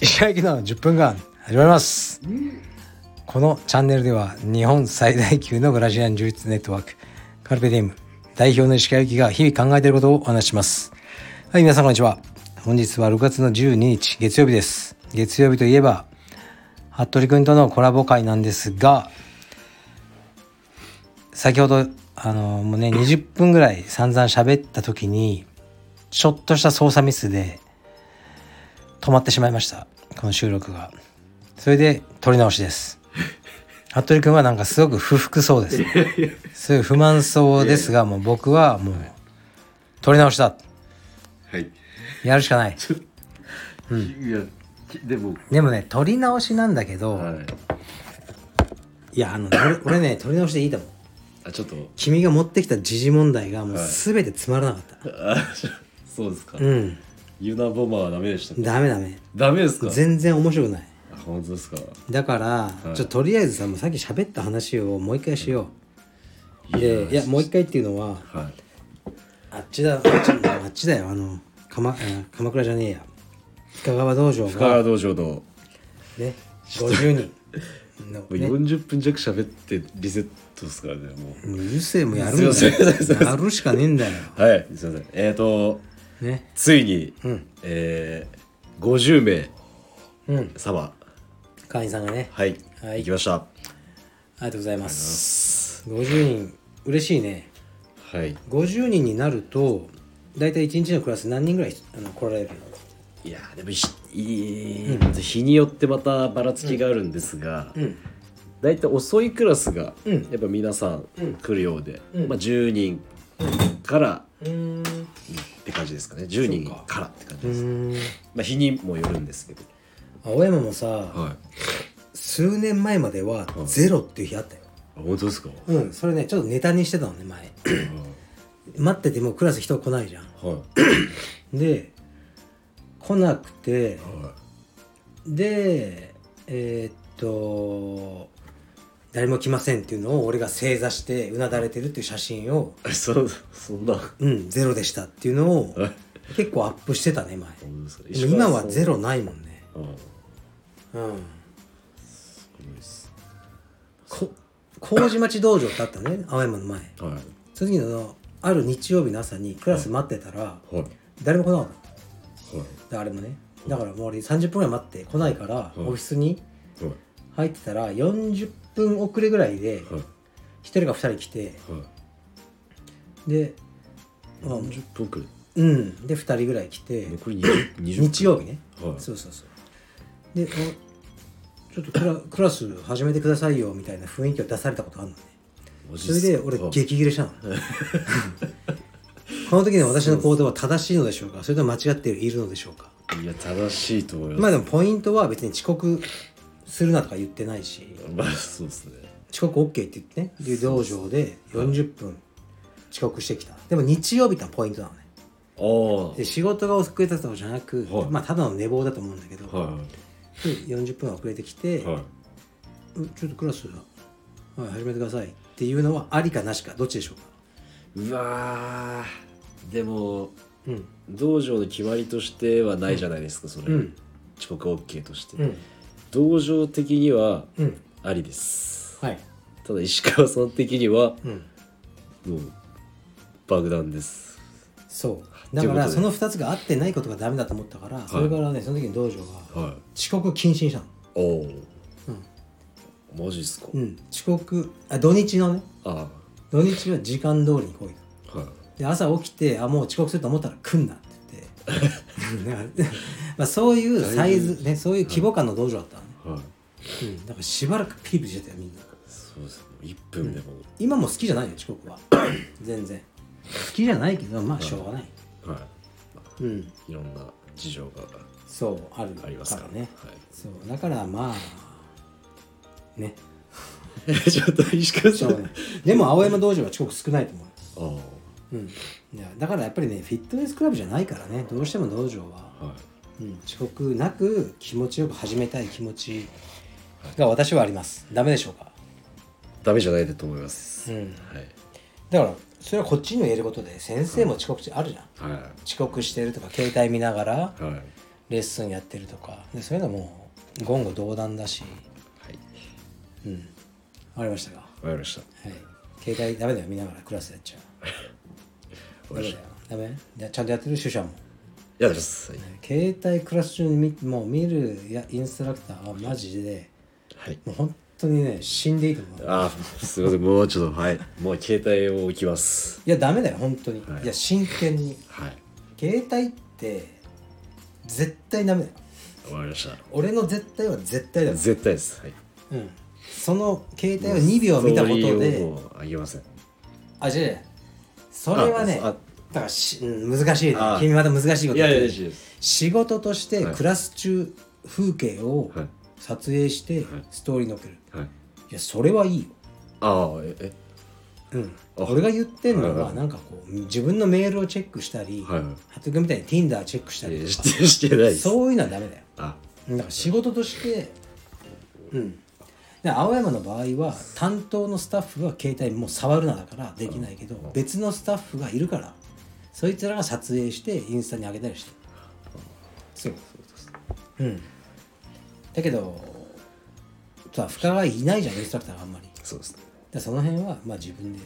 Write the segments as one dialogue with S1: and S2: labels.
S1: 石垣の10分間始まりますこのチャンネルでは日本最大級のブラジリアン柔術ネットワークカルペディウム代表の石川由紀が日々考えていることをお話ししますはい皆さんこんにちは本日は6月の12日月曜日です月曜日といえば服部君とのコラボ会なんですが先ほどあのもうね20分ぐらい散々喋った時にちょっとした操作ミスで止まってしまいましたこの収録がそれで撮り直しです服部君はなんかすごく不服そうですすごい不満そうですがもう僕はもう撮り直しだ
S2: はい。
S1: やるしかない
S2: いや、きでも、
S1: でもね撮り直しなんだけど、
S2: はい。
S1: いやあのね俺俺ね撮り直していいと思う
S2: あ、ちょっと、
S1: 君が持ってきた時事問題がもう
S2: はい
S1: 全てつまらなかった、
S2: あ、 ちょそうですか。
S1: うん
S2: ユナボマーはダメでしたか。
S1: ダメダメ
S2: ダメですか。
S1: 全然面白くない
S2: あ本当ですか。
S1: だから、ちょっととりあえずさもうさっき喋った話をもう一回しよう、でいやもう一回っていうのは
S2: はい。
S1: あっちだあっちあっちだよあの鎌えー鎌倉じゃねえや深川道場
S2: 深
S1: が
S2: 川道場の、も
S1: ね50人の
S2: う40分弱喋ってリセットですからね、も
S1: もううるせえもうやるんだよ
S2: すいませんすいません
S1: やるしかねえんだよ
S2: う。はい、すいません。えっ、ー、と、
S1: ね
S2: ついに、
S1: ん
S2: えー、50名
S1: うん
S2: 様、
S1: 会員さんがね
S2: はい、
S1: はい
S2: 行きました。
S1: ありがとうございます50人嬉しいね
S2: はい。
S1: 50人になると大体1日のクラス何人ぐらいあの来られるの
S2: いやーでもひいい日によってまたばらつきがあるんですが、だいたい遅いクラスがやっぱ皆さん来るようで、まあ、10人から
S1: うん
S2: って感じですかね10人からって感じです、
S1: ん
S2: まあ、日にもよるんですけど、
S1: 青山もさ
S2: はい、
S1: 数年前まではゼロっていう日あったよ
S2: あ本当ですか、
S1: うんそれねちょっとネタにしてたのね前待っててもクラス人来ないじゃん
S2: はい
S1: で来なくて
S2: は
S1: でえーっと誰も来ませんっていうのを俺が正座してうなだれてるっていう写真を
S2: い、 そそんな
S1: うんゼロでしたっていうのを
S2: え
S1: 結構アップしてたね前
S2: 本当ですか
S1: でも今はゼロないもんね
S2: うんす
S1: うん
S2: ごいです
S1: こ麹町道場ってあったね青山の前
S2: はい
S1: その時のある日曜日の朝にクラス待ってたら
S2: はい
S1: 誰も来なかった
S2: は
S1: であれもねだからもう俺30分ぐらい待って来ないから
S2: い
S1: オフィスに
S2: いはい
S1: 入ってたら40分遅れぐらいで
S2: はい
S1: 1人か2人来て
S2: はい
S1: であ
S2: 40分くらい
S1: うんで2人ぐらい来て
S2: 残り20 20分
S1: 日曜日ね
S2: はい
S1: そうそうそうであちょっとクラクラス始めてくださいよみたいな雰囲気を出されたことあるのね
S2: マジ
S1: そ
S2: っ
S1: れ
S2: すか
S1: で俺激切れ したのこの時の私の行動は正しいのでしょうかそれとも間違っているのでしょうか
S2: いや正しいと思います、
S1: まあでもポイントは別に遅刻するなとか言ってないし
S2: まあそうですね
S1: 遅刻 OK って言ってねで道場で40分遅刻してきたでも日曜日ってのはポイントなのね
S2: ああはい
S1: で仕事が遅れたとかじゃなく、
S2: はい
S1: まあただの寝坊だと思うんだけど、
S2: は
S1: で40分遅れてきて、
S2: いはい
S1: うんちょっとクラス、はい、始めてくださいっていうのはありかなしかどっちでしょうか
S2: うわーでも
S1: うん
S2: 道場の決まりとしてはないじゃないですかそれ、
S1: うん
S2: 遅刻 OK として、
S1: うん
S2: 道場的には
S1: うん
S2: ありです
S1: はい
S2: ただ石川さん的には
S1: うん
S2: もう爆弾です
S1: そうだから
S2: ということで
S1: その2つが合ってないことがダメだと思ったから、それからねその時に道場が
S2: は
S1: 遅刻禁止にしたの
S2: いおお、マジっすか、
S1: うん遅刻あ土日のね
S2: あ
S1: 土日は時間通りに来いと
S2: あはい
S1: で朝起きてあもう遅刻すると思ったら来んなって言ってだから まあそういうサイズ、ね、そういう規模感の道場だったのね、
S2: はい
S1: うん、だからしばらくピリピリしてたよみんな
S2: そうですね1分でも、
S1: 今も好きじゃないよ遅刻は全然好きじゃないけどまあしょうがない、
S2: はい
S1: うん
S2: いろんな事情が
S1: そうある
S2: ありますから
S1: ね
S2: はい
S1: そうだからまあね
S2: ちょっと石川
S1: し
S2: さ
S1: ょ
S2: ん。
S1: うがないでも青山道場は遅刻少ないと思うよ
S2: あは
S1: うん、いやだからやっぱりねフィットネスクラブじゃないからねどうしても道場は、
S2: い。
S1: うん、遅刻なく気持ちよく始めたい気持ちが私はありますダメでしょうか
S2: ダメじゃないでと思います。
S1: うん
S2: はい。
S1: だからそれはこっちにも言えることで先生も遅刻中あるじゃん
S2: は
S1: 遅刻してるとか携帯見ながら
S2: い。はい。
S1: レッスンやってるとかでそういうのも言語道断だし、
S2: はい
S1: うん、わかりましたか、は
S2: わかりました
S1: い、携帯ダメだよ見ながらクラスやっちゃう
S2: わ
S1: ダ
S2: か
S1: メだ
S2: りまし
S1: よダメじゃちゃんとやってる主者も
S2: たやりますはい
S1: 携帯クラス中に見もう見るやインストラクターはマジで
S2: はい
S1: もう本当にね死んでいいと思う
S2: あーすいませんもうちょっとはいもう携帯を置きます
S1: いやダメだよ本当に、
S2: はい
S1: いや真剣に
S2: はい
S1: 携帯って絶対ダメだよ
S2: わかりました
S1: 俺の絶対は絶対だよ、
S2: 絶対ですはい
S1: うん、その携帯を2秒見たこと
S2: ストーリ
S1: で
S2: ーをもうあげません
S1: あ違う違うそれはね
S2: ああ
S1: だからしうん難しいね
S2: あ
S1: 君また難しいこと
S2: いやいや
S1: 言
S2: い
S1: って
S2: やい
S1: る
S2: やです
S1: 仕事として
S2: はい
S1: クラス中風景を
S2: はい
S1: 撮影してストーリーに載っける
S2: はい
S1: いやそれはいいよ
S2: ああええ
S1: うん、
S2: あ
S1: 俺が言ってんの
S2: はい
S1: は
S2: はい
S1: なんかこう自分のメールをチェックしたり
S2: はいはい
S1: 服部みたいに Tinder チェックした
S2: い
S1: り
S2: や
S1: と
S2: し
S1: か
S2: てしてないです
S1: そういうのはダメだよ
S2: あ
S1: だから仕事としてうんで青山の場合は担当のスタッフは携帯もう触るなだからできないけど別のスタッフがいるからそいつらが撮影してインスタに上げたりしてるそううんだけどさ深川いないじゃんインストラクターがあんまりだか
S2: そうですね
S1: らその辺はまあ自分で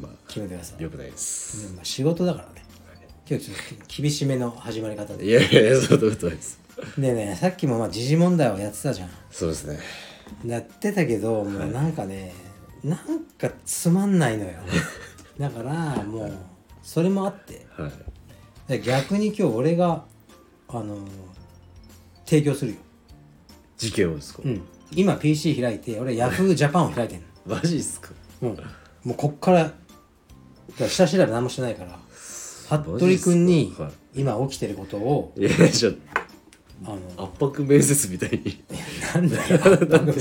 S2: ま
S1: 決めてください
S2: あよくないです
S1: まあ、仕事だからね今日ちょっと厳しめの始まり方で
S2: いやいやいやそういうことないです
S1: でねさっきもまあ時事問題をやってたじゃん
S2: そうですね
S1: やってたけどもうなんかね、なんかつまんないの よだからもうそれもあって
S2: はい
S1: で逆に今日俺があのー提供するよ、
S2: 事件をですか
S1: うん、今 PC 開いて俺 YahooJapan を開いてん
S2: マジですか
S1: の、うん、もうこっからだから下調べ何もしてないから服部君に
S2: はい
S1: 今起きてることを
S2: いやじゃ
S1: あの
S2: あ圧迫面接みたいに
S1: なんだよ。
S2: なんか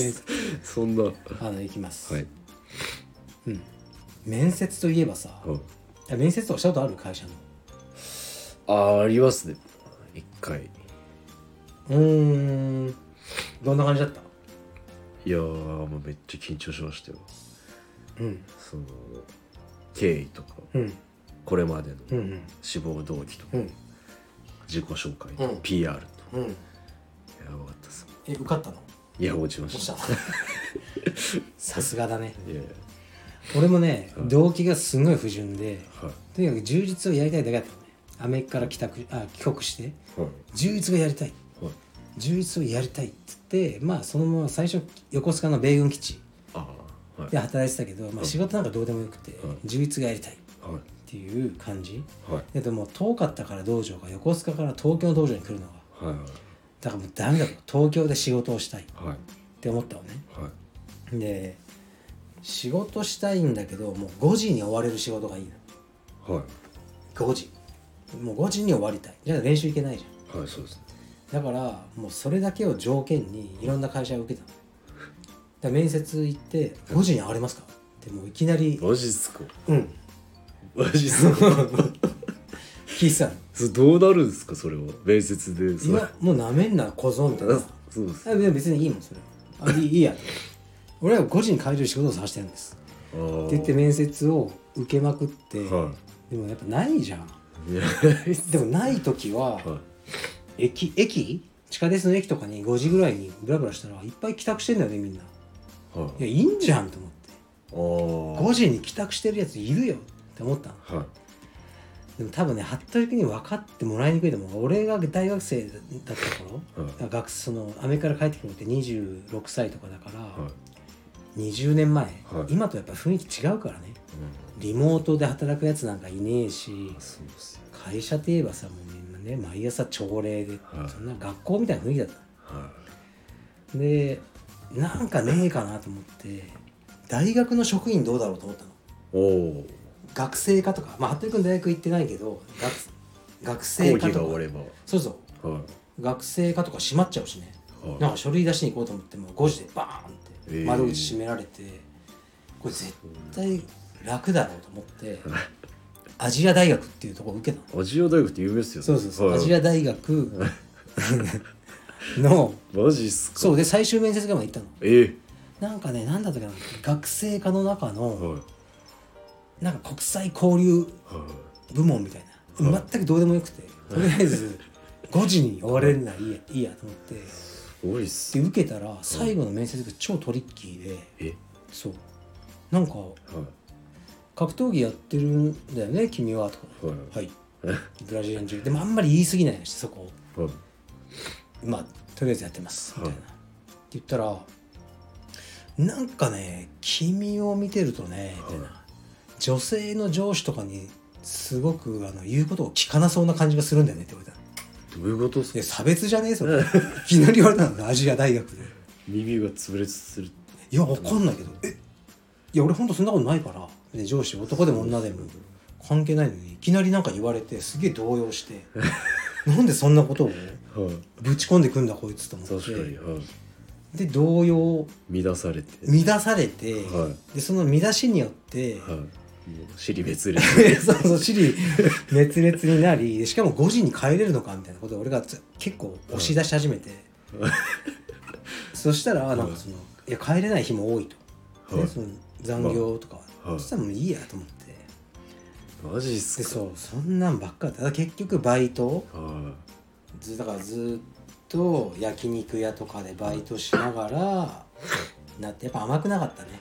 S2: そんなは
S1: あの、行きます。
S2: い
S1: 面接といえばさ、
S2: はい
S1: いや面接とかしたことある会社の。
S2: あーありますね一回
S1: うーん。どんな感じだった
S2: いやーもうめっちゃ緊張しましたよ
S1: うん。
S2: その経緯とか
S1: うん。
S2: これまでの
S1: うん。
S2: 志望動機とか
S1: うん。
S2: 自己紹介と
S1: う
S2: か
S1: ん
S2: PR とか
S1: うん。
S2: やばかったです
S1: え、受かったのど
S2: いや落ちま
S1: うし
S2: した
S1: たの さすがだね。
S2: いやいや
S1: 俺もね、動機がすごい不純で、
S2: はい
S1: とにかく充実をやりたいだけだったのね。アメリカから帰宅、あ、帰国して、
S2: はい
S1: 充実がやりたい。
S2: はい
S1: 充実をやりたいっつって、まあ、そのまま最初、横須賀の米軍基地
S2: ああはい
S1: で働いてたけど、まあ、仕事なんかどうでもよくて、充実がやりたい。
S2: はい
S1: っていう感じ
S2: はい
S1: ででも遠かったから道場が横須賀から東京の道場に来るのが
S2: はい
S1: だからもうダメだと東京で仕事をしたいっ
S2: はい
S1: て思ったのね
S2: はい
S1: で仕事したいんだけどもう5時に終われる仕事がいいの
S2: はい
S1: 5時もう5時に終わりたいじゃあ練習行けないじゃ
S2: はいそうですね
S1: んだからもうそれだけを条件にいろんな会社を受けたのだから面接行って5時に上がれますかってもういきなり
S2: マジっすか
S1: うん
S2: マジっすか
S1: 聞いてたの
S2: それどうなるんですかそれは面接でそ
S1: い
S2: れ
S1: やもうなめんな小僧みたいな
S2: そうです
S1: あでも別にいいもんそれあいいいいや俺は5時に帰れる仕事を探してるんです
S2: あー
S1: って言って面接を受けまくって、
S2: は
S1: でもやっぱないじゃん
S2: いいや
S1: でもない時は、
S2: は
S1: 駅駅地下鉄の駅とかに5時ぐらいにブラブラしたらいっぱい帰宅してんだよねみんない
S2: はい
S1: やいいんじゃんと思って
S2: ああ
S1: 5時に帰宅してるやついるよって思ったの
S2: はい
S1: でも多分ね服部君に分かってもらいにくいと思う俺が大学生だった頃、
S2: は
S1: だか
S2: い
S1: ら学そのアメリカから帰ってくるのって26歳とかだから、
S2: はい
S1: 20年前、
S2: はい
S1: 今とやっぱ雰囲気違うからね
S2: う
S1: リモートで働くやつなんかいねえし
S2: んそうですよ
S1: 会社といえばさもうみんなね毎朝朝礼で、
S2: はい
S1: そんな学校みたいな雰囲気だっ
S2: は
S1: たでなんかねえかなと思って大学の職員どうだろうと思ったの
S2: いおお
S1: 学生課とかまあ服部君大学行ってないけど学学
S2: 講
S1: 生
S2: 義
S1: 課
S2: が
S1: と
S2: 終
S1: か
S2: われば
S1: そうそう
S2: は
S1: 学生課とか閉まっちゃうしね、
S2: はい
S1: なんか書類出しに行こうと思っても5時でバーンっ
S2: え
S1: て
S2: ー
S1: 窓口閉められて、これ絶対楽だろうと思ってアジア大学っていうところ受けたの
S2: いアジア大学って有名ですよね
S1: そうそうそう、
S2: は
S1: ア
S2: い
S1: ジア大学 の
S2: マジっすか
S1: そうで最終面接会まで行ったの
S2: え
S1: なんかね何だったかな学生課の中
S2: ー
S1: の
S2: はい
S1: なんか国際交流
S2: は
S1: 部門みたいな全くどうでもよくてとりあえず5時に終われるならいいや いいやと思って
S2: すごいっす
S1: で受けたら最後の面接が超トリッキーで
S2: え
S1: そうなんか
S2: は
S1: 格闘技やってるんだよね君はとか
S2: いはい
S1: はい
S2: はい
S1: ブラジリアン柔でもあんまり言い過ぎないようにしてそこを
S2: はい
S1: まあとりあえずやってますみたいな、
S2: はい
S1: って言ったらなんかね君を見てるとねみたいな、
S2: は
S1: 女性の上司とかにすごくあの言うことを聞かなそうな感じがするんだよねって言われたの
S2: どういうことっす
S1: い
S2: か
S1: や差別じゃねえそれいきなり言われたのアジア大学 で
S2: 耳が潰れする
S1: いやわかんないけどえいや俺ほんとそんなことないからで上司男でも女でも関係ないのにいきなりなんか言われてすげえ動揺して なんでそんなことを
S2: はい
S1: ぶち込んでくんだこいつと思って
S2: 確かにはい
S1: で動揺
S2: 乱されて
S1: 乱されて、
S2: は
S1: でその乱しによって、
S2: はいもう尻別れて
S1: そうそう尻熱烈になりしかも5時に帰れるのかみたいなことを俺がつ結構押し出し始めて、そしたらなんかその、い、や帰れない日も多いと、
S2: は
S1: で
S2: い
S1: その残業とか、
S2: はい
S1: そしたらもういいやと思って
S2: マジっす
S1: で
S2: か
S1: そうそんなんばっかだっただから結局バイト
S2: は
S1: ずだからずっと焼肉屋とかでバイトしながらなってやっぱ甘くなかったね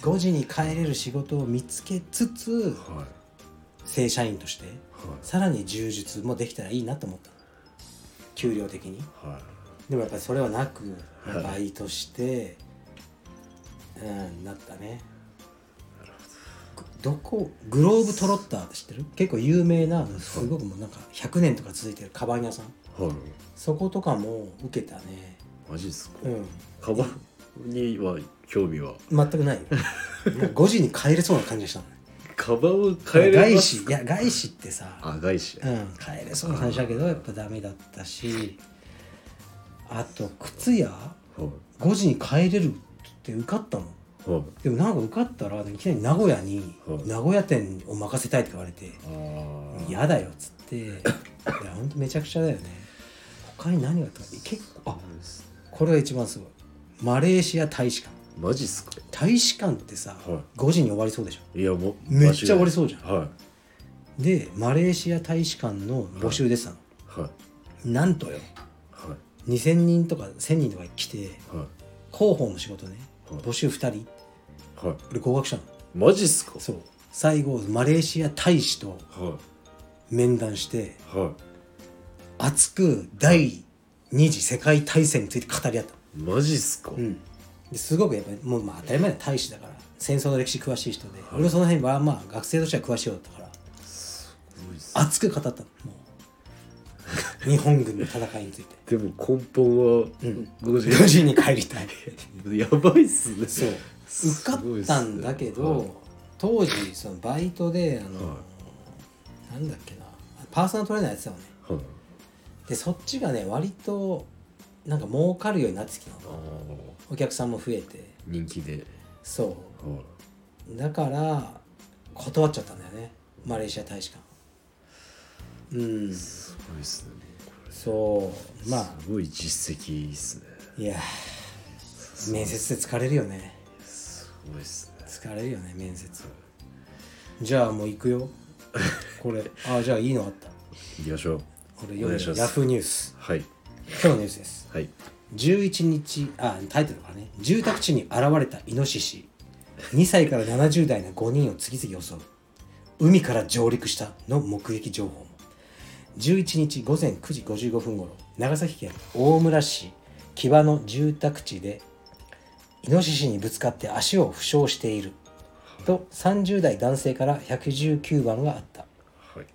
S1: 5時に帰れる仕事を見つけつつ
S2: いはい
S1: 正社員として
S2: はい
S1: さらに充実もできたらいいなと思った給料的に
S2: はい
S1: でもやっぱりそれはなく
S2: はい
S1: バイトして、うんなったねどこグローブトロッターって知ってる結構有名なすごくもうなんか100年とか続いてるカバン屋さん
S2: はい
S1: そことかも受けたね
S2: マジっすか
S1: うん
S2: カバンには興味は
S1: 全く ないよもう5時に帰れそうな感じがしたのね
S2: カバンを変えれ
S1: 外
S2: ます
S1: 資いや外資ってさ
S2: あ外資
S1: うん、帰れそうな感じだけどやっぱダメだったしあと靴屋
S2: はい
S1: 5時に帰れるって受かったの
S2: はい
S1: でもなんか受かったらいきなり名古屋に
S2: はい
S1: 名古屋店を任せたいって言われて
S2: あー
S1: 嫌だよっつ っていやほんとめちゃくちゃだよね他に何があったか結構あこれが一番すごいマレーシア大使館
S2: マジっすか
S1: 大使館ってさ、
S2: は
S1: 5時に終わりそうでしょ
S2: いやもう
S1: めっちゃ終わりそうじゃん
S2: は
S1: でマレーシア大使館の募集出てたの、
S2: いはい
S1: なんとよ
S2: は
S1: 2000人とか1000人とか来て
S2: いは
S1: 広報の仕事ね
S2: はい
S1: 募集2人
S2: いはい
S1: 俺合格したの
S2: マジっすか
S1: そう最後マレーシア大使と
S2: は
S1: 面談して
S2: いは
S1: 熱く第二次世界大戦について語り合った
S2: いマジっすか
S1: うんですごくやっぱりもうまあ当たり前の大使だから戦争の歴史詳しい人で、俺もその辺はまあ学生としては詳しいよだったから
S2: すごいっす
S1: 熱く語ったのもう日本軍の戦いについて
S2: でも根本はご自
S1: 4時に帰りたい
S2: やばいっすね
S1: そう受かったんだけど、
S2: はい
S1: 当時そのバイトであの、
S2: は
S1: なんだっけなパーソナルトレーナーやってたのね
S2: はい
S1: でそっちがね割となんか儲かるようになってきた
S2: あ
S1: の
S2: ー
S1: お客さんも増えて
S2: 人気で
S1: そ
S2: は
S1: うだから断っちゃったんだよねマレーシア大使館うん
S2: いすごいっすねこれ
S1: そうまあ
S2: すごい実績いいっすね
S1: いやー面接で疲れるよね
S2: すごいっすね
S1: 疲れるよね面接じゃあもう行くよこれああじゃあいいのあった
S2: 行きましょう
S1: 俺
S2: お
S1: 読
S2: 願
S1: ん
S2: いしま
S1: ですヤフーニュース
S2: はい
S1: 今日のニュースです
S2: はい
S1: 11日あタイトルからね住宅地に現れたイノシシ2歳から70代の5人を次々襲う海から上陸したの目撃情報も11日午前9時55分ごろ長崎県大村市木場の住宅地でイノシシにぶつかって足を負傷していると30代男性から119番があった
S2: はい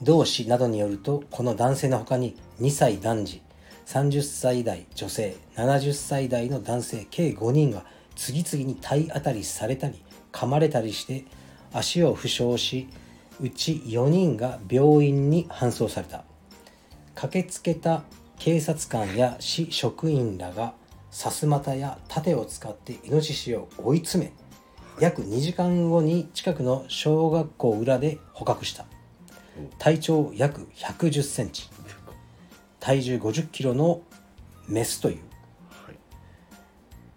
S1: 同氏などによるとこの男性の他に2歳男児30歳代女性70歳代の男性計5人が次々に体当たりされたり噛まれたりして足を負傷しうち4人が病院に搬送された駆けつけた警察官や市職員らがさすまたや盾を使ってイノシシを追い詰め約2時間後に近くの小学校裏で捕獲した体長約1 1 0センチ体重5 0キロのメスという
S2: はい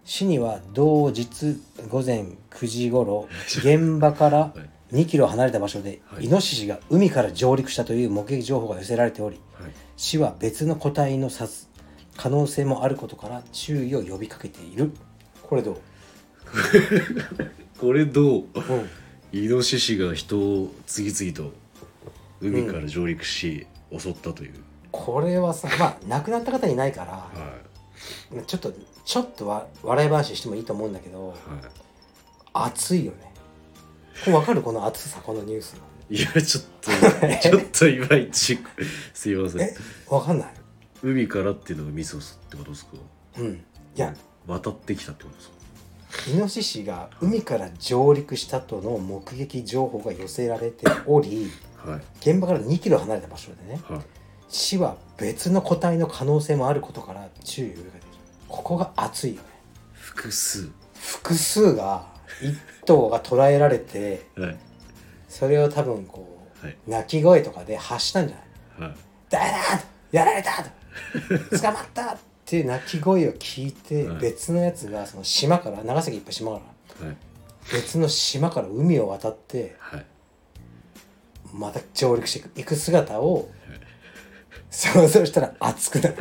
S1: 市には同日午前9時ご ろ現場から2キロ離れた場所で
S2: はい
S1: イノシシが海から上陸したという目撃情報が寄せられており
S2: はい
S1: 死は別の個体の指す可能性もあることから注意を呼びかけているこれどう、
S2: これ
S1: う
S2: どう
S1: ん、
S2: イノシシが人を次々と海から上陸し、襲ったという、
S1: これはさまあ亡くなった方いないから
S2: は
S1: ちょっとちょっとわ笑い話してもいいと思うんだけど
S2: いは
S1: 熱いよねこれわかるこの熱さこのニュース
S2: い、いやちょっとちょっといまいちすいません
S1: えわかんない
S2: 海からっていうのがミソスってことですか
S1: うんいや
S2: 渡ってきたってことですか
S1: イノシシが海から上陸したとの目撃情報が寄せられており
S2: はい
S1: 現場から2キロ離れた場所でね
S2: はい
S1: 死は別の個体の可能性もあることから注意を呼びかけているここが熱いよね
S2: 複数
S1: 複数が1頭が捕らえられて
S2: はい
S1: それを多分こう、
S2: はい
S1: 鳴き声とかで発したんじゃない
S2: はい
S1: 「誰だやられた!」捕まった!」っていう鳴き声を聞いて、
S2: はい
S1: 別のやつがその島から長崎いっぱい島から
S2: はい
S1: 別の島から海を渡って
S2: はい
S1: また上陸していく姿を想像したら熱くなる。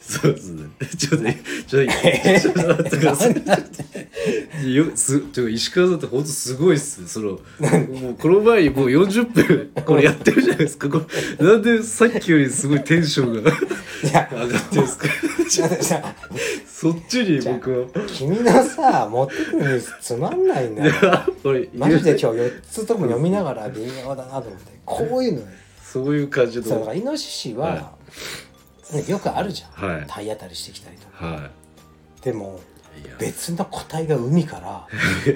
S2: そうですね。ちょっと、ちょっと、ちょっと待ってください。よすちょ石川さんって本当すごいっすそのもうこの前にもう40分これやってるじゃないですかこれなんでさっきよりすごいテンションが
S1: いや
S2: 上がってるんですか
S1: じゃあじゃあ
S2: そっちに僕は
S1: 君のさ持ってくるニュースつまんないんだよ。
S2: これ
S1: マジで今日4つとも読みながら微妙だなと思ってこういうのね
S2: そういう感
S1: そ
S2: じ
S1: うだか
S2: の
S1: らイノシシ
S2: は
S1: は、ねよくあるじゃん、
S2: はい
S1: 体当たりしてきたりとか
S2: は
S1: でも
S2: いいや
S1: 別の個体が海から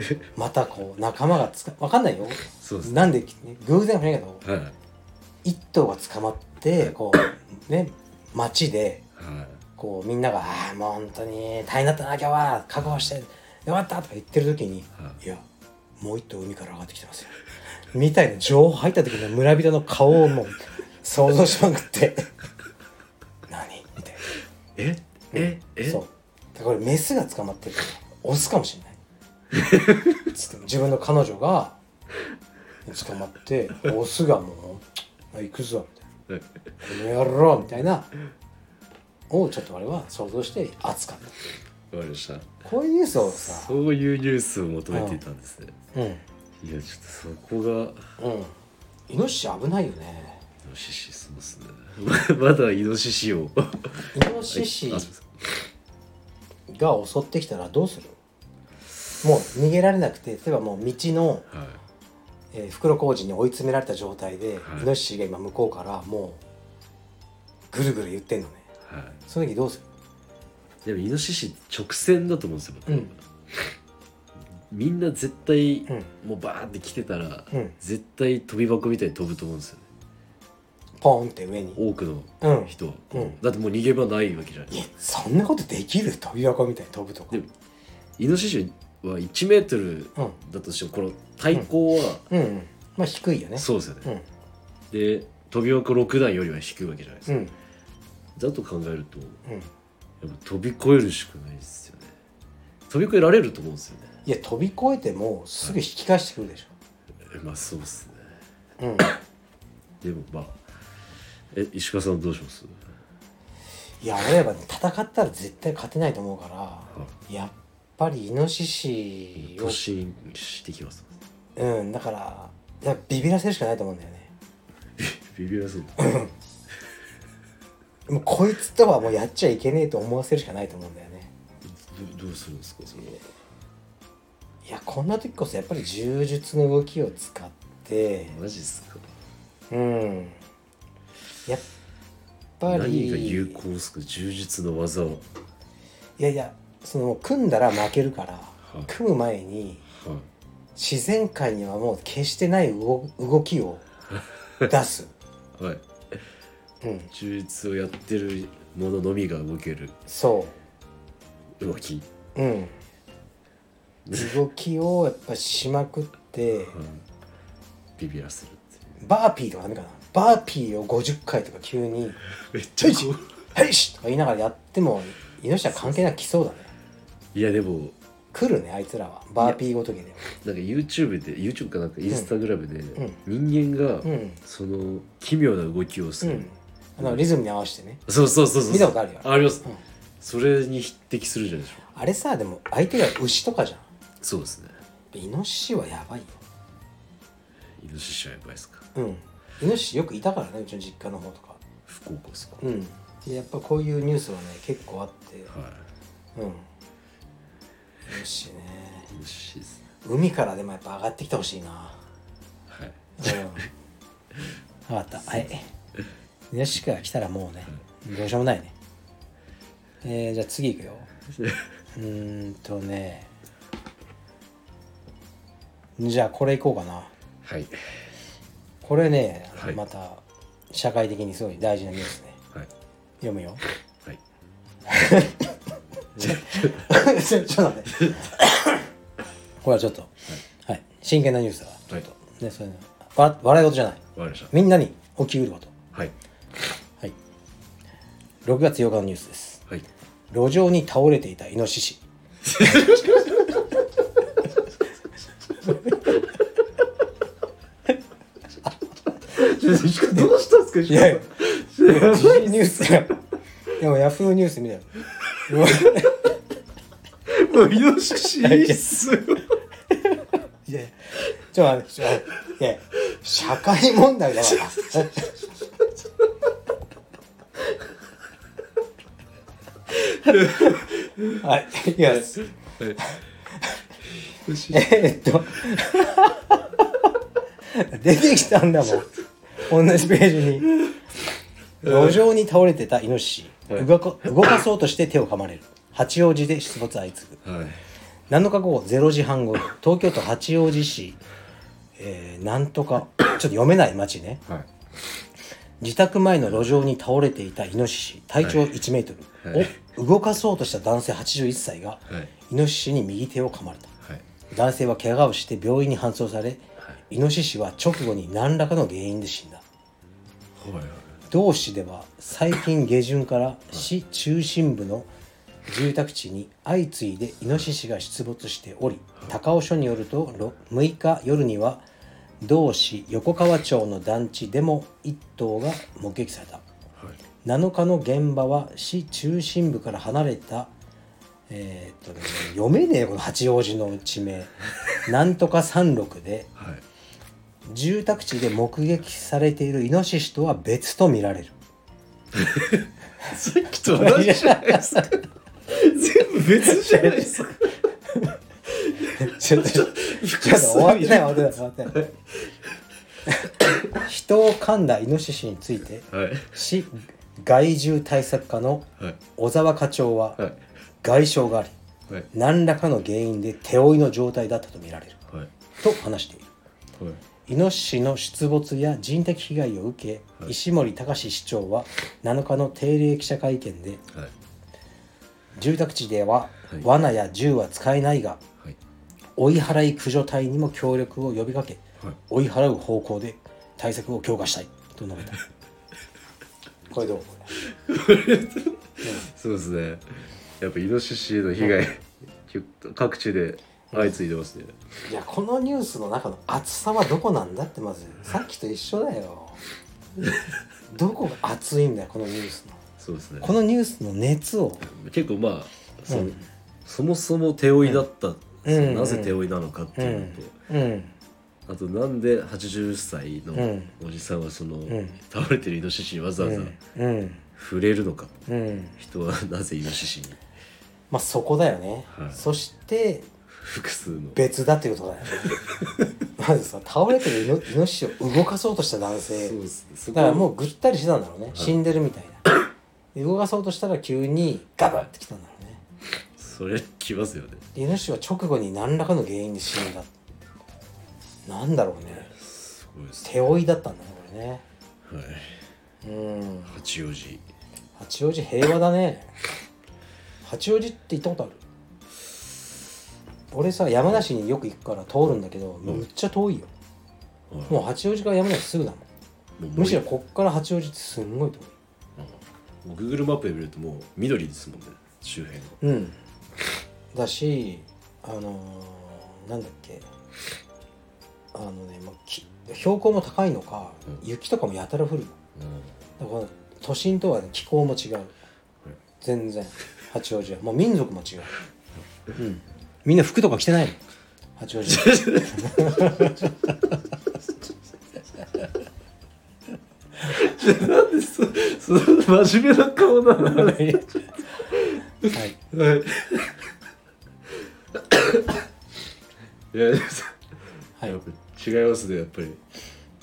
S1: またこう仲間がつかわかんないよ
S2: そうですね
S1: なんで、ね、偶然はないけど
S2: はい
S1: 一頭が捕まってこうね街で
S2: は
S1: こうみんなが「ああもう本当に大変だったな今日は覚悟してよかった」とか言ってる時に
S2: は
S1: 「いやもう一頭海から上がってきてますよ」みたいな情報入った時の村人の顔をもう想像しまく って「何?」みたい
S2: いえええ
S1: なそうだからこれメスが捕まってるからオスかもし れないつって自分の彼女が捕まってオスがもう「行くぞ」みたいな。
S2: はい
S1: この野郎みたいなをちょっと我々は想像して熱かった
S2: わかりました
S1: こういうニュースをさ
S2: そういうニュースを求めていたんですね
S1: うん
S2: いやちょっとそこが
S1: うんイノシシ危ないよね
S2: イノシシそうですね まだイノシシを
S1: イノシシ
S2: あすいません
S1: が襲ってきたらどうするもう逃げられなくて例えばもう道の、
S2: はい
S1: えー袋小路に追い詰められた状態で、
S2: はい
S1: イノシシが今向こうからもうぐるぐる言ってんのね
S2: は
S1: その時どうする
S2: いでもイノシシ直線だと思うんですよ、僕
S1: うん
S2: みんな絶対、
S1: うん
S2: もうバーって来てたら、
S1: うん
S2: 絶対飛び箱みたいに飛ぶと思うんですよね
S1: ポーンって上に
S2: 多くの
S1: うん
S2: 人は、
S1: うん
S2: だってもう逃げ場ないわけじゃない
S1: いやそんなことできる飛び箱みたいに飛ぶとか
S2: でもイノシシは1メートル
S1: うん
S2: だとしてもこの体高は、
S1: うんうんまあ低いよね
S2: そうですよね、
S1: うん
S2: で飛び箱6段よりは低いわけじゃないです
S1: う
S2: か、
S1: ん
S2: だと考えると
S1: うん
S2: やっぱ飛び越えるしかないですよね飛び越えられると思うんですよね
S1: いや飛び越えてもすぐ引き返してくるでし
S2: えまあそうっすね
S1: ょ、うん、
S2: でもまあえ石川さんどうします
S1: いや俺やっぱね戦ったら絶対勝てないと思うからやっぱりイノシシを
S2: 突、進してきます
S1: うん、だからいやビビらせるしかないと思うんだよね
S2: ビビらせる
S1: もうこいつとはもうやっちゃいけねえと思わせるしかないと思うんだよね
S2: どどうするんですかそれはい
S1: やこんな時こそやっぱり柔術の動きを使って
S2: マジっすか
S1: うんやっぱり
S2: 何が有効っすか柔術の技を
S1: いやいやその組んだら負けるから
S2: い
S1: 組む前に
S2: はい
S1: 自然界にはもう決してない動動き を出す、
S2: はい
S1: うん、
S2: 柔術をやってるもののみが動ける
S1: そ
S2: 動き、
S1: う、
S2: は
S1: うん、動きをやっぱしまくって
S2: い、ビビらせるってい
S1: バーピーとかダメかなバーピーを50回とか急に
S2: うめっちゃ怖い
S1: 「へいし!」とか言いながらやってもイノシシは関係なく来そうだね
S2: いやでも
S1: 来るねあいつらはバーピーごときで
S2: なんか YouTube で YouTube かなんかインスタグラムで
S1: ん
S2: 人間が
S1: うん
S2: その奇妙な動きをす
S1: う
S2: る
S1: んあのリズムに合わせてね
S2: そうそうそうそう
S1: 見たことあるよ
S2: あります、それに匹敵するじゃないでしょ
S1: あれさでも相手が牛とかじゃん
S2: うそうですね
S1: イノシシはやばいよ
S2: イノシシはやばいですか
S1: うんイノシシよくいたからねうちの実家の方とか
S2: 福岡ですか、
S1: うんでやっぱこういうニュースはね結構あって
S2: は
S1: うんイノシシね
S2: いイノシシですね
S1: 海からでもやっぱ上がってきてほしいな
S2: はい
S1: うん。わかった。はい。イノシシが来たらもうね、どうしようもないね。えー、じゃあ次いくよ。うーんとね。じゃあこれいこうかな。
S2: はい
S1: これね、
S2: はい
S1: また社会的にすごい大事なニュースね。
S2: はい
S1: 読む よ。
S2: はい
S1: ちょっと待って。これはちょっと、はい、真剣なニュースだか
S2: はい
S1: ら。ね、そういうの。わ笑い事じゃない。
S2: わかりました
S1: みんなに起きうること。
S2: はい
S1: はい。6月8日のニュースです。
S2: はい
S1: 路上に倒れていたイノシシ
S2: どうしたんですか
S1: いやいや時事ニュースだよ でもヤフーニュースみ たいな
S2: もうイノシシいいっすよ
S1: いやいやちょっと待ってちょっと待っていや社会問題 だからはいいや
S2: はい
S1: えーっと出てきたんだもん同じページに路上に倒れてたイノシシ
S2: はい
S1: 動か動かそうとして手を噛まれる八王子で出没相次ぐ
S2: はい
S1: 7日午後0時半ごろ東京都八王子市、えーなんとかちょっと読めない町ね
S2: はい
S1: 自宅前の路上に倒れていたイノシシ体長1メートル
S2: はい
S1: を動かそうとした男性81歳が
S2: はい
S1: イノシシに右手を噛まれた
S2: はい
S1: 男性は怪我をして病院に搬送されイノシシは直後に何らかの原因で死んだ
S2: はい
S1: 同市では最近下旬から市中心部の住宅地に相次いでイノシシが出没しており高尾署によるとろ6日夜には同市横川町の団地でも1頭が目撃された
S2: はい
S1: 7日の現場は市中心部から離れたえーっとね読めねえよこの八王子の地名 なんとか山麓で
S2: はい
S1: 住宅地で目撃されているイノシシとは別と見られる。
S2: さっきと同じじゃないですか全部別じゃないですか
S1: ちょっとちょっと終わってない終わってない終わってない。 人を噛んだイノシシについて
S2: はい
S1: 市害獣対策課の
S2: はい
S1: 小沢課長は
S2: はい
S1: 外傷があり
S2: はい
S1: 何らかの原因で手負いの状態だったと見られる
S2: はい
S1: と話している。
S2: はい
S1: イノシシの出没や人的被害を受け、石森隆市長は7日の定例記者会見で
S2: はい
S1: 住宅地では
S2: はい
S1: 罠や銃は使えないが
S2: はい
S1: 追い払い駆除隊にも協力を呼びかけ
S2: はい
S1: 追い払う方向で対策を強化したいと述べ たこれどうこれ
S2: そうですね。やっぱイノシシの被害、結構各地で相次いでますね。
S1: いやこのニュースの中の厚さはどこなんだってまずさっきと一緒だ よどこが熱いんだよこのニュースの
S2: そうですね。
S1: このニュースの熱を
S2: 結構まあそ,、
S1: うん
S2: そもそも手負いだった、
S1: うん
S2: なぜ手負いなのかっていうのと、
S1: うん
S2: あとなんで80歳の
S1: ん
S2: おじさんはその、
S1: ん
S2: 倒れてるイノシシにわざわざ
S1: うん
S2: 触れるのか、
S1: うん
S2: 人はなぜイノシシに
S1: まあそこだよね、
S2: はい
S1: そして
S2: 複数の。
S1: 別だっていうこと だよねまずさ倒れてるイノイノシシを動かそうとした男性
S2: そうですね。そこ
S1: だからもうぐったりしてたんだろうね、死んでるみたいなで動かそうとしたら急にガバッてきたんだろうね
S2: それきますよね。
S1: でイノシシは直後に何らかの原因で死んだなんだろうね
S2: すごいですね。
S1: 手負いだったんだねこれね
S2: はい。
S1: うん
S2: 八王子。
S1: 八王子平和だね八王子って行ったことある俺さ山梨によく行くから通るんだけど、
S2: ん
S1: むっちゃ遠いよ
S2: はい
S1: もう八王子から山梨すぐだもん
S2: もう
S1: むしろこっから八王子ってすんごい遠い
S2: もう Google マップで見るともう緑ですもんね周辺が
S1: うん、だしあのーなんだっけあのね、まあ、き標高も高いのか、
S2: うん
S1: 雪とかもやたら降るのだから都心とはね気候も違う全然八王子はもう民族も違う、うん、みんな服とか着てないの八王子は
S2: その真面目な顔だなは
S1: はい
S2: いいや、
S1: はい
S2: やっぱ違いますねやっぱり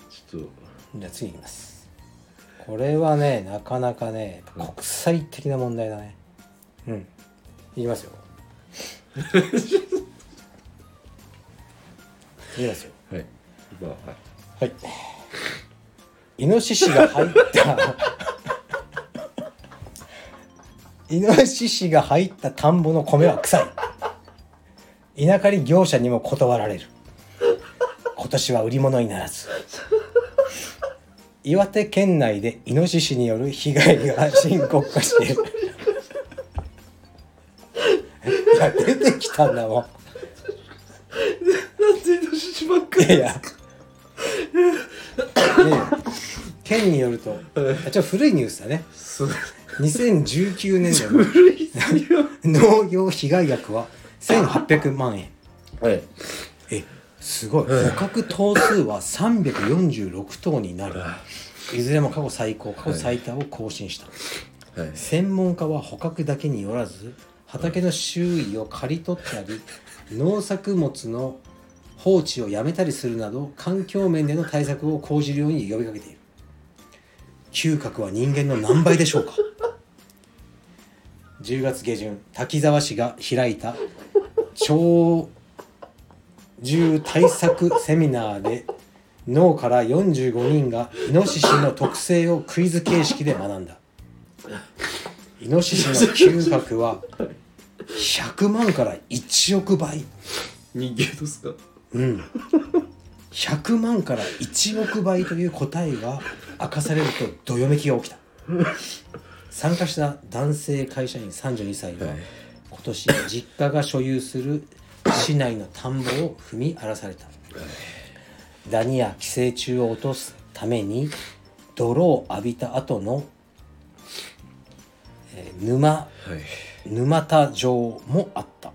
S2: ちょっと
S1: じゃあ次いきますこれはねなかなかね国際的な問題だねうんいきますよいきますよ
S2: はいまあはい
S1: はいイノシシが入ったイノシシが入った田んぼの米は臭い稲刈り業者にも断られる今年は売り物にならず岩手県内でイノシシによる被害が深刻化しているいや出てきたんだも
S2: なんでイノシシばっか
S1: んいやいやねえ県によるとあちょっと古いニュースだね
S2: す
S1: 2019年度
S2: 古いっすよ
S1: の農業被害額は1800万円
S2: はい
S1: えすごい捕獲頭数は346頭になるいずれも過去最高過去最多を更新した
S2: はい
S1: 専門家は捕獲だけによらず畑の周囲を刈り取ったり農作物の放置をやめたりするなど環境面での対策を講じるように呼びかけている嗅覚は人間の何倍でしょうか 10月下旬滝沢市が開いた鳥獣対策セミナーで脳から45人がイノシシの特性をクイズ形式で学んだイノシシの嗅覚は100万から1億倍
S2: 人間ですか
S1: うん100万から1億倍という答えが明かされるとどよめきが起きた参加した男性会社員32歳は
S2: はい
S1: 今年実家が所有する市内の田んぼを踏み荒らされたダニや寄生虫を落とすために泥を浴びた後の、えー沼
S2: はい
S1: 沼田城もあった
S2: は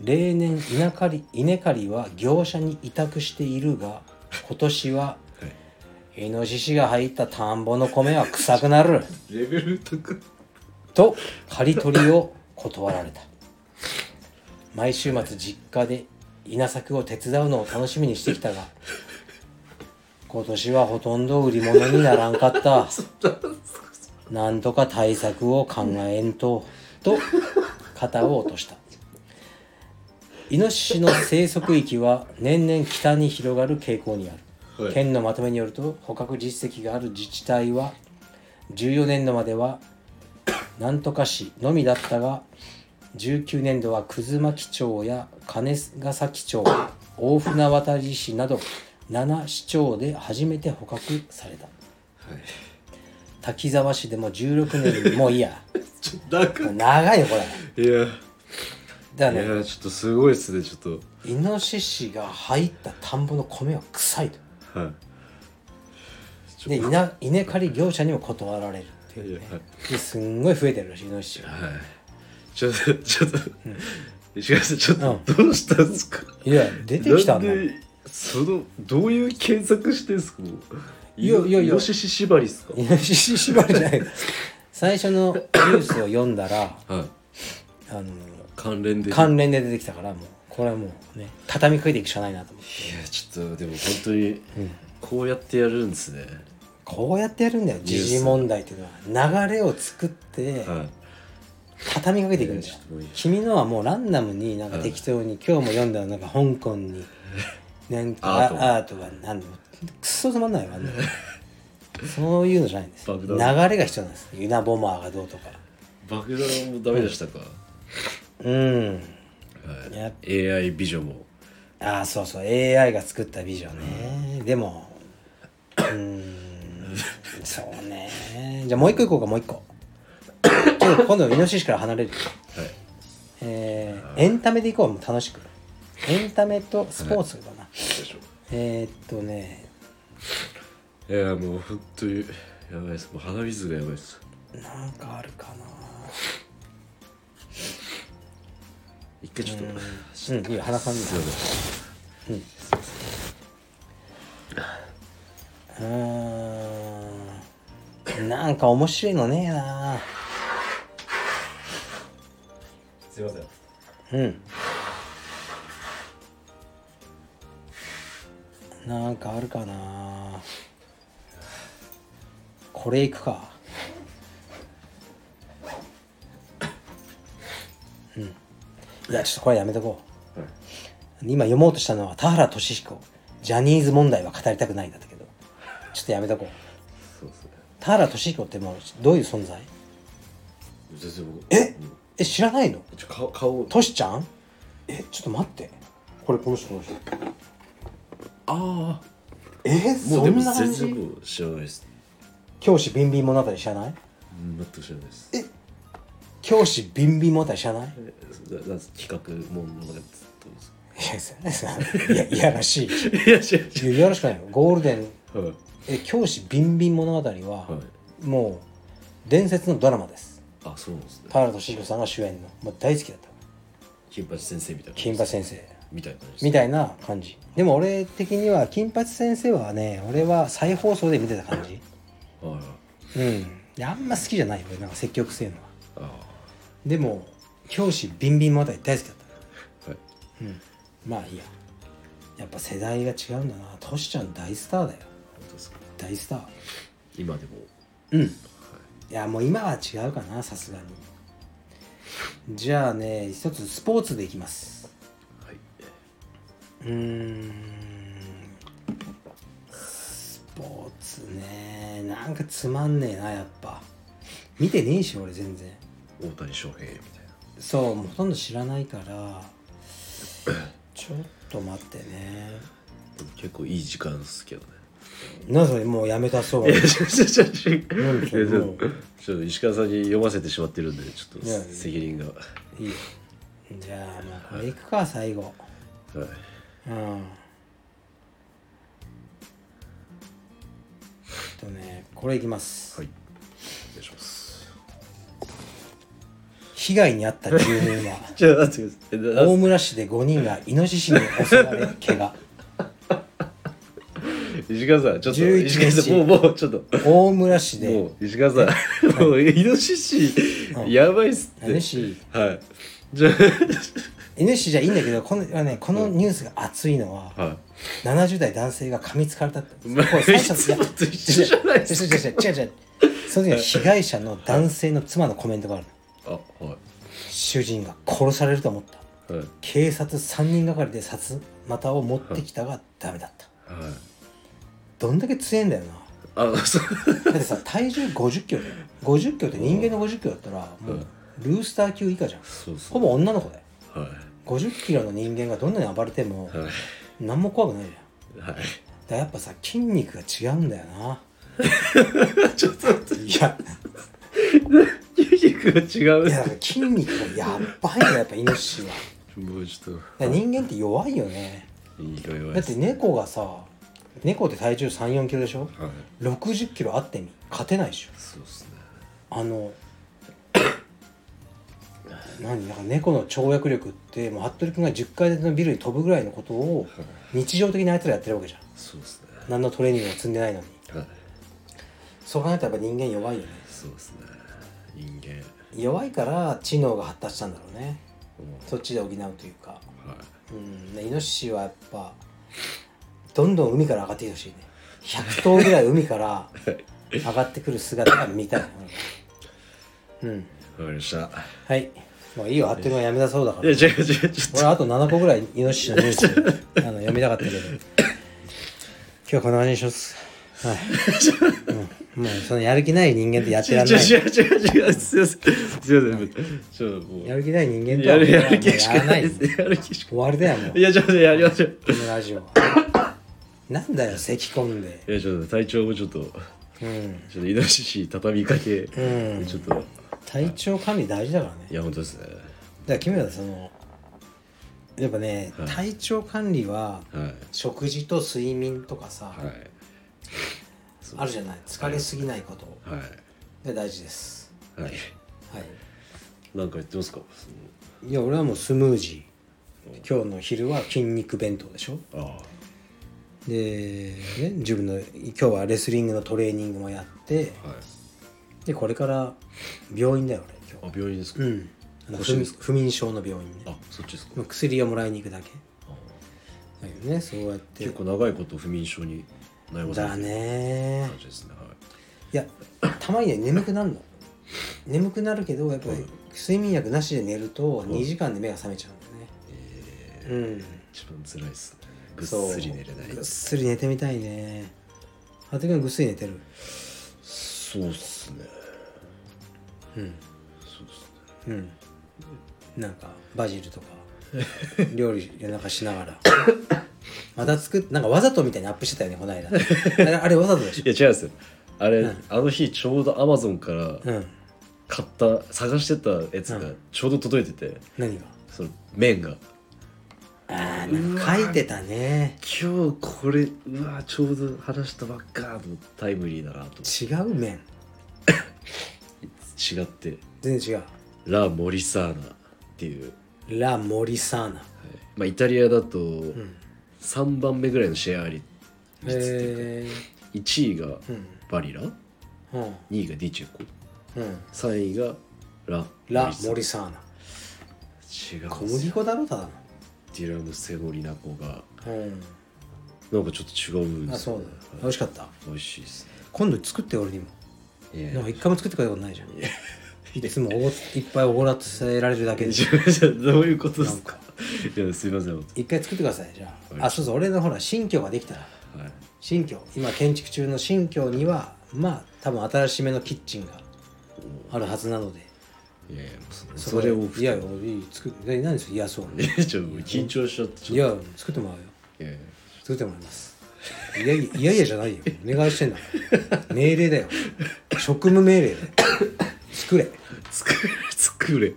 S2: い
S1: 例年稲刈り稲刈りは業者に委託しているが今年は
S2: はい
S1: イノシシが入った田んぼの米は臭くなる
S2: レベル高い
S1: と刈り取りを断られた毎週末実家で稲作を手伝うのを楽しみにしてきたが今年はほとんど売り物にならんかったなんとか対策を考えんと と肩を落としたイノシシの生息域は年々北に広がる傾向にある、
S2: はい
S1: 県のまとめによると捕獲実績がある自治体は14年度まではなんとか市のみだったが19年度は葛巻町や金ヶ崎町大船渡市など7市町で初めて捕獲された
S2: はい
S1: 滝沢市でも16年もういいや
S2: ちょっとなんか
S1: 長いよこれ
S2: いや
S1: だ
S2: い
S1: からね
S2: やちょっとすごいですねちょっと
S1: イノシシが入った田んぼの米は臭いと
S2: はい
S1: で稲稲刈り業者にも断られるっていうね
S2: いやは
S1: ですんごい増えてるらしいイノシシが
S2: はいちょっとちょっと、石川さんちょっとどうしたんですか、
S1: いや出てきた
S2: なんん
S1: だ
S2: でそのどういう検索してんすかもう
S1: いやいやいや
S2: イノシシ縛りっすか
S1: イノシシ縛りじゃない最初のニュースを読んだら
S2: はい
S1: あの
S2: 関連でいや
S1: 関連で出てきたからもうこれはもうね畳みかけていくしかないなと思って
S2: ちょっとでも本当にこうやってやるんですね、
S1: こうやってやるんだよ
S2: ニュース
S1: 時事問題っていうのは流れを作って
S2: はい
S1: 畳みかけていくんだよ
S2: いやちょっともういい
S1: 君のはもうランダムになんか適当に今日も読んだのなんか香港になんか
S2: アート
S1: あアートがなんでもクソつまんないわあんな のそういうのじゃないんです流
S2: 爆
S1: れ
S2: 弾
S1: が必要なんですユナボマーがどうとか
S2: 爆弾もダメでしたか、
S1: うん
S2: はい
S1: やっ
S2: AI 美女も
S1: ああそうそう AI が作ったビジョンねでもうーんそうねじゃあもう一個いこうかもう一 個ちょっと今度イノシシから離れる
S2: はい
S1: えーエンタメでいこうもう楽しくエンタメとスポーツだな、
S2: どうでしょう
S1: えー、っとね
S2: いやもう本当にいやばいですもう鼻水がやばいです
S1: なんかあるか
S2: 一回ちょっと、
S1: なうんいいよ鼻かんです
S2: い
S1: よ
S2: ません
S1: うーんなんか面白いのねえな
S2: すいません
S1: うんなんかあるかなこれいくかうんいやちょっとこれやめとこう、
S2: はい
S1: 今読もうとしたのは田原俊彦ジャニーズ問題は語りたくないんだったけどちょっとやめとこう
S2: そうですね
S1: 田原俊彦ってもうどういう存在
S2: 全然僕
S1: ええ知らないの
S2: ちょ顔顔
S1: トシちゃんえちょっと待ってこれこの人この人
S2: ああ
S1: えー、
S2: もう
S1: そ
S2: でも
S1: んな感
S2: 全然
S1: じ
S2: もう知らないです
S1: 教師ビンビン物語知らない
S2: うん全く知らないです
S1: 教師ビンビン物語知らない
S2: えななんす企画もんの中でずっとです
S1: いやそい やいやらしいい
S2: いや違う違
S1: やいやらしくないよゴールデン
S2: うはい
S1: え教師ビンビン物語は、
S2: はい
S1: もう伝説のドラマです
S2: あそうなんですね
S1: 田原俊彦さんが主演の、まあ、大好きだった
S2: 金八先生みたいな
S1: 金八先生
S2: みたいな感じ
S1: み
S2: です
S1: たいな感じでも俺的には金八先生はね俺は再放送で見てた感じ
S2: はいはい
S1: うんであんま好きじゃない俺なんか積極性のは
S2: あ
S1: でも教師ビンビン物語大好きだった
S2: あはい
S1: うんまあいいややっぱ世代が違うんだなトシちゃん大スターだよ
S2: 本当ですか
S1: 大スター
S2: 今でも
S1: うんいやもう今は違うかなさすがにじゃあね一つスポーツでいきます
S2: はいう
S1: ーんスポーツねなんかつまんねえなやっぱ見てねえし俺全然
S2: 大谷翔平みたいな
S1: そうもうほとんど知らない からちょっと待ってね
S2: でも結構いい時間ですけどね
S1: なそれもうやめたそう
S2: いやちょちょちょちょ
S1: なんでしょう
S2: いやちょ
S1: もう
S2: ちょっと石川さんに読ませてしまってるんでちょっと
S1: いやいや
S2: 責任が
S1: いいよじゃあもうこれいくか最後
S2: はい
S1: うんえっとねこれいきます、
S2: はいお願いします
S1: 被害に遭った住民 は
S2: じゃあ待ってくださいえな
S1: 大村市で5人がイノシシに襲われ怪我
S2: 石川さんちょっと
S1: 11
S2: 石川さんもうもうちょっと
S1: 大村市で
S2: もう石川さんもうイノシシやばいっすっ
S1: イノ
S2: て
S1: シ
S2: はいじゃ
S1: イノシシじゃいいんだけどこの,、ね、このニュースが熱いのは、
S2: あはい
S1: 70代男性が噛みつかれたって
S2: お前
S1: これ最初
S2: いつもと一緒じゃな
S1: で
S2: いですす
S1: か違う違う違う違う違うその時は被害者の男性の妻のコメントがある
S2: あは
S1: 主人が殺されると思った
S2: いはい
S1: 警察3人がかりで殺股を持ってきたがダメだった
S2: はい
S1: どんだけ強えんだよな
S2: あそう
S1: だってさ体重5 0キロだよ50キロって人間の5 0キロだったらもうルースター級以下じゃん
S2: そうそ
S1: ほ
S2: う
S1: ぼ女の子だよ
S2: は
S1: 5 0キロの人間がどんなに暴れても
S2: いは
S1: 何も怖くないじゃんだか
S2: いはい
S1: らやっぱさ筋肉が違うんだよな
S2: ちょっと待って
S1: いや
S2: 筋肉が違う
S1: いやだから筋肉がやっばいねやっぱイノシシは
S2: もうちょっ
S1: だから人間って弱いよね
S2: といいか弱い
S1: だ
S2: っ
S1: っ
S2: す
S1: て猫がさ猫って体重3 4キロでしょ
S2: はい
S1: 6 0キロあってみ勝てないでしょ
S2: そうっすね
S1: あ の何だから猫の跳躍力ってもう服部君が10階建てのビルに飛ぶぐらいのことを
S2: はい
S1: 日常的にあいつらやってるわけじゃん
S2: そうっすね
S1: 何のトレーニングも積んでないのに
S2: はい
S1: そう考えたらやっぱ人間弱いよね
S2: そうっすね人間
S1: 弱いから知能が発達したんだろうね
S2: も
S1: そっちで補うというか
S2: うはい
S1: うんねイノシシはやっぱどんどん海から上がってきてほしいね100頭ぐらい海から上がってくる姿が見たい俺はうん
S2: わかりました
S1: はいもういいよあっという間やめだそうだか
S2: いや
S1: ら
S2: 違う違うちょっ
S1: 俺あと7個ぐらいイノシシ のニュースあの読みたかったけど今日はこんな感じにしますはい、うん、もうそのやる気ない人間ってやってらん
S2: と
S1: ない
S2: 違う違う違う違うすいませんすいませんちょっともう
S1: やる気ない人間とは
S2: や
S1: もう
S2: るやる
S1: もう
S2: 気し
S1: や
S2: からな
S1: ないい
S2: ですやる気しか
S1: 終わりだよもう
S2: いやちょっとやりましょう
S1: このラジオはなんだよ咳き込んで
S2: いやちょっと体調もちょっと
S1: うん
S2: ちょっとイノシシ畳みかけ
S1: う
S2: ち
S1: ん
S2: ょっと
S1: 体調管理大事だからねだ
S2: い
S1: か
S2: や本当ですね
S1: ら君はそのやっぱね、
S2: はい
S1: 体調管理は
S2: はい
S1: 食事と睡眠とかさ、
S2: はいそう
S1: あるじゃない疲れすぎないこと
S2: はい
S1: が大事です
S2: はい
S1: はい
S2: なんか言ってますか
S1: いや俺はもうスムージー今日の昼は筋肉弁当でしょ
S2: そのああ
S1: で、ね、自分の今日はレスリングのトレーニングもやって
S2: はい
S1: でこれから病院だよ俺今
S2: あ病院ですか、
S1: 日うんあの
S2: 腰
S1: 不
S2: で
S1: 眠
S2: す
S1: 不眠症の病院ね
S2: あそっちですか、
S1: もう薬をもらいに行くだけ
S2: あ
S1: だよねそうやって
S2: 結構長いこと不眠症に悩まされ
S1: だ
S2: てる
S1: ね
S2: 感じですねはい
S1: やたまにね眠くなるの眠くなるけどやっぱり睡眠薬なしで寝ると2時間で目が覚めちゃうんだよねうん
S2: い一番辛いですねぐっ
S1: そう
S2: すり寝れない
S1: ぐっすり寝てみたいねあてくんぐっすり寝てる
S2: そうっすね
S1: うん
S2: そうっす
S1: うんなんかバジル とか料理夜中しながらまた作ってなんかわざとみたいにアップしてたよねこの間あれあれわざとでしょ
S2: ねいや違うんですよあれ、あの日ちょうどアマゾンから
S1: うん
S2: 買った探してたやつがちょうど届いてて、
S1: 何が
S2: その麺が
S1: あーなんか書いてたね
S2: 今日これうわちょうど話したばっかのタイムリーだなと
S1: 違う麺
S2: 違って
S1: 全然違う
S2: ラ・モリサーナっていう、はい
S1: ラ・モリサーナ
S2: まあ、イタリアだと3番目ぐらいのシェアあり率っていうか
S1: へ
S2: 1位が
S1: えうん
S2: バリラ
S1: うん
S2: 2位がディチェコ
S1: うん
S2: 3位がラ・
S1: ラ・
S2: サ
S1: モリサーナ
S2: 違うん
S1: 小
S2: です
S1: 麦
S2: よ
S1: 粉だろただ
S2: ディラのセノリナコが
S1: のうん
S2: なんかちょっと違うん
S1: あ
S2: です
S1: そう
S2: よ
S1: だ
S2: ね
S1: 美味しかった
S2: 美味しいですね
S1: 今度作ってよ俺にも
S2: いや
S1: なんか一回も作ってくれたことないじゃんいつもおごいっぱいおごらせられるだけで
S2: じゃあじゃあ どういうことですかいやすいません本
S1: 一回作ってくださいじゃあ、
S2: はい
S1: あそうそう俺のほら新居ができたら
S2: 当はい
S1: 新居今建築中の新居にはまあ多分新しめのキッチンがあるはずなので
S2: いやいやそれそれを
S1: いやいやいい作って何ですよいやそう
S2: え ちょっと緊張しちゃって
S1: い
S2: ちょ
S1: や
S2: っ
S1: 作ってもらうよ
S2: といやいや
S1: 作ってもらいますいやいやいやいやじゃないよお願いしてんだから命令だよ職務命令だよ作れ
S2: 作れ作れ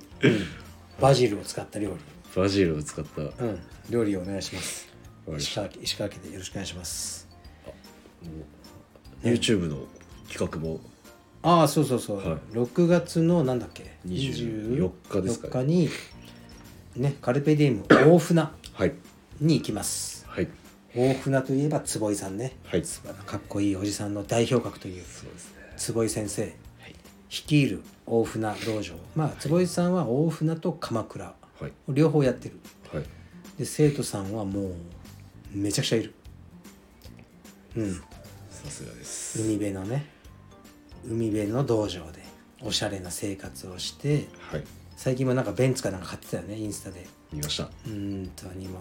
S1: バジルを使った料
S2: バジルを使った
S1: 理うん料理をお願いします
S2: わかりまし
S1: 石川家石川家でよろしくお願いします。
S2: YouTube の企画も
S1: ああそうそうそう、
S2: はい
S1: 6月のなんだっけ
S2: 24日ですか
S1: 24日にねカルペディウム大船
S2: はい
S1: に行きます
S2: はい
S1: 大船といえば坪井さんね
S2: はい
S1: かっこいいおじさんの代表格という
S2: そうですね
S1: 坪井先生
S2: はい
S1: 率いる大船道場まあ坪井さんは大船と鎌倉
S2: はい
S1: を両方やってる
S2: はい
S1: で生徒さんはもうめちゃくちゃいるうん
S2: さすがです
S1: 海辺のね海辺の道場でおしゃれな生活をして
S2: はい
S1: 最近もなんかベンツかなんか買ってたよねインスタで
S2: 見ました
S1: うんとにも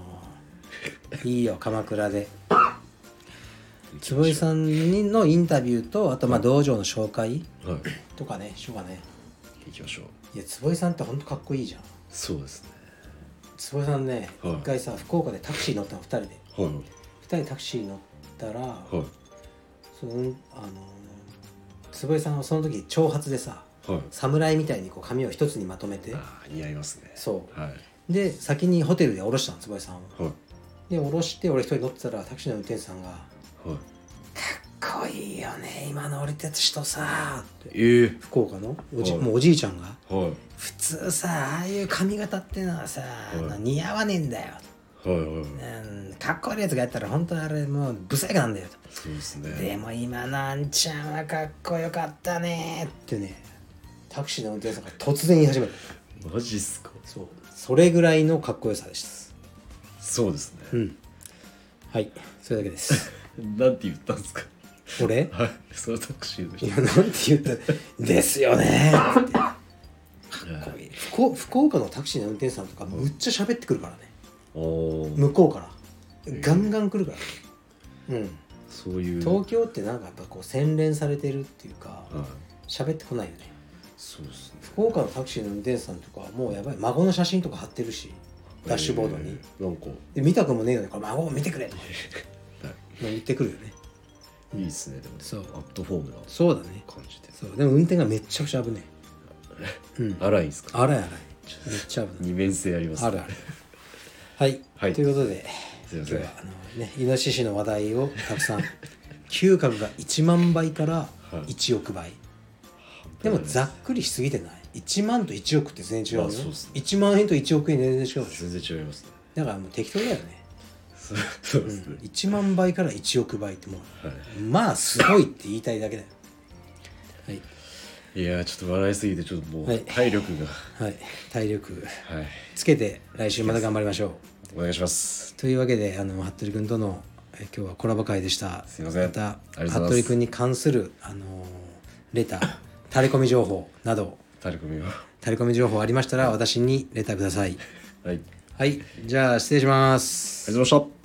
S1: ういいよ鎌倉で坪井さんにのインタビューとあとまあ道場の紹介
S2: はい
S1: とかねしようかね
S2: 行きましょう
S1: いや坪井さんってほんとかっこいいじゃん
S2: そうですね
S1: 坪井さんね
S2: はい
S1: 一回さ福岡でタクシー乗ったの2人で
S2: はい
S1: 2人タクシー乗ったら
S2: はい
S1: そのあの坪井さんはその時長髪でさ
S2: はい
S1: 侍みたいにこう髪を一つにまとめて
S2: あー似合いますね
S1: そ
S2: はい
S1: で先にホテルで降ろしたの坪井さんを
S2: はい
S1: で降ろして俺一人乗ってたらタクシーの運転手さんが
S2: はい
S1: 「かっこいいよね今の降りた人さ」って
S2: ええ
S1: 福岡のおじ、
S2: はい
S1: もうおじいちゃんが
S2: はい
S1: 「普通さああいう髪型ってのはさ、
S2: い
S1: 似合わねえんだよ」
S2: はいはい
S1: うん、かっこ悪いやつがやったら本当にあれもうブサイクなんだよと
S2: そうですね
S1: でも今のあんちゃんはかっこよかったねってねタクシーの運転手さんが突然言い始めた
S2: マジっすか
S1: そうそれぐらいのかっこよさでした
S2: そうですね
S1: うんはいそれだけです
S2: なんて言ったんですか
S1: 俺
S2: はいそのタクシーの 人
S1: いやなんて言った「ですよね」ってかっこいい福福岡のタクシーの運転手さんとかむっちゃ喋ってくるからね
S2: おー
S1: 向こうからガンガン来るからうん
S2: そういう
S1: 東京ってなんかやっぱこう洗練されてるっていうか
S2: はい
S1: 喋ってこないよね
S2: そうですね
S1: 福岡のタクシーの運転手さんとかはもうやばい孫の写真とか貼ってるしダッシュボードに、
S2: えーなんか
S1: で見たくもねえのにこれ孫を見てくれとか言ってくるよね
S2: いいですねでも
S1: そう
S2: アットホームな
S1: そうだね
S2: 感じで
S1: そうでも運転がめっちゃくちゃ危ねえうん
S2: 荒いんですか
S1: あらやらめっちゃ危ない
S2: 二面性あります
S1: あるあるはい、
S2: はい
S1: ということです
S2: いま
S1: 今
S2: せ
S1: 日
S2: ん
S1: はあのねイノシシの話題をたくさん 嗅覚が1万倍から
S2: はい
S1: 1億倍、でもざっくりしすぎてない1万と1億って全然違うよ、
S2: まあそうっすね
S1: 1万円と1億円全然違うでしょ
S2: 全然違いますね
S1: だからもう適当だよね、
S2: そうそう
S1: う
S2: で
S1: ん
S2: すね、、
S1: 1万倍から1億倍っても
S2: は
S1: うまあすごいって言いたいだけだよはい
S2: い、いやーちょっと笑いすぎてちょっとも
S1: はいう
S2: 体力が
S1: はい体力
S2: はい
S1: つけて来週また頑張りましょう
S2: お願いします
S1: というわけであの服部君とのえ今日はコラボ会でした
S2: すいません
S1: また
S2: ありがとうございま
S1: 服
S2: す
S1: 部君に関するあのーレター垂れ込み情報など
S2: タレコミを
S1: 垂れ込み情報ありましたら私にレターください
S2: はいありがとう
S1: はいじゃあ失礼します
S2: ございました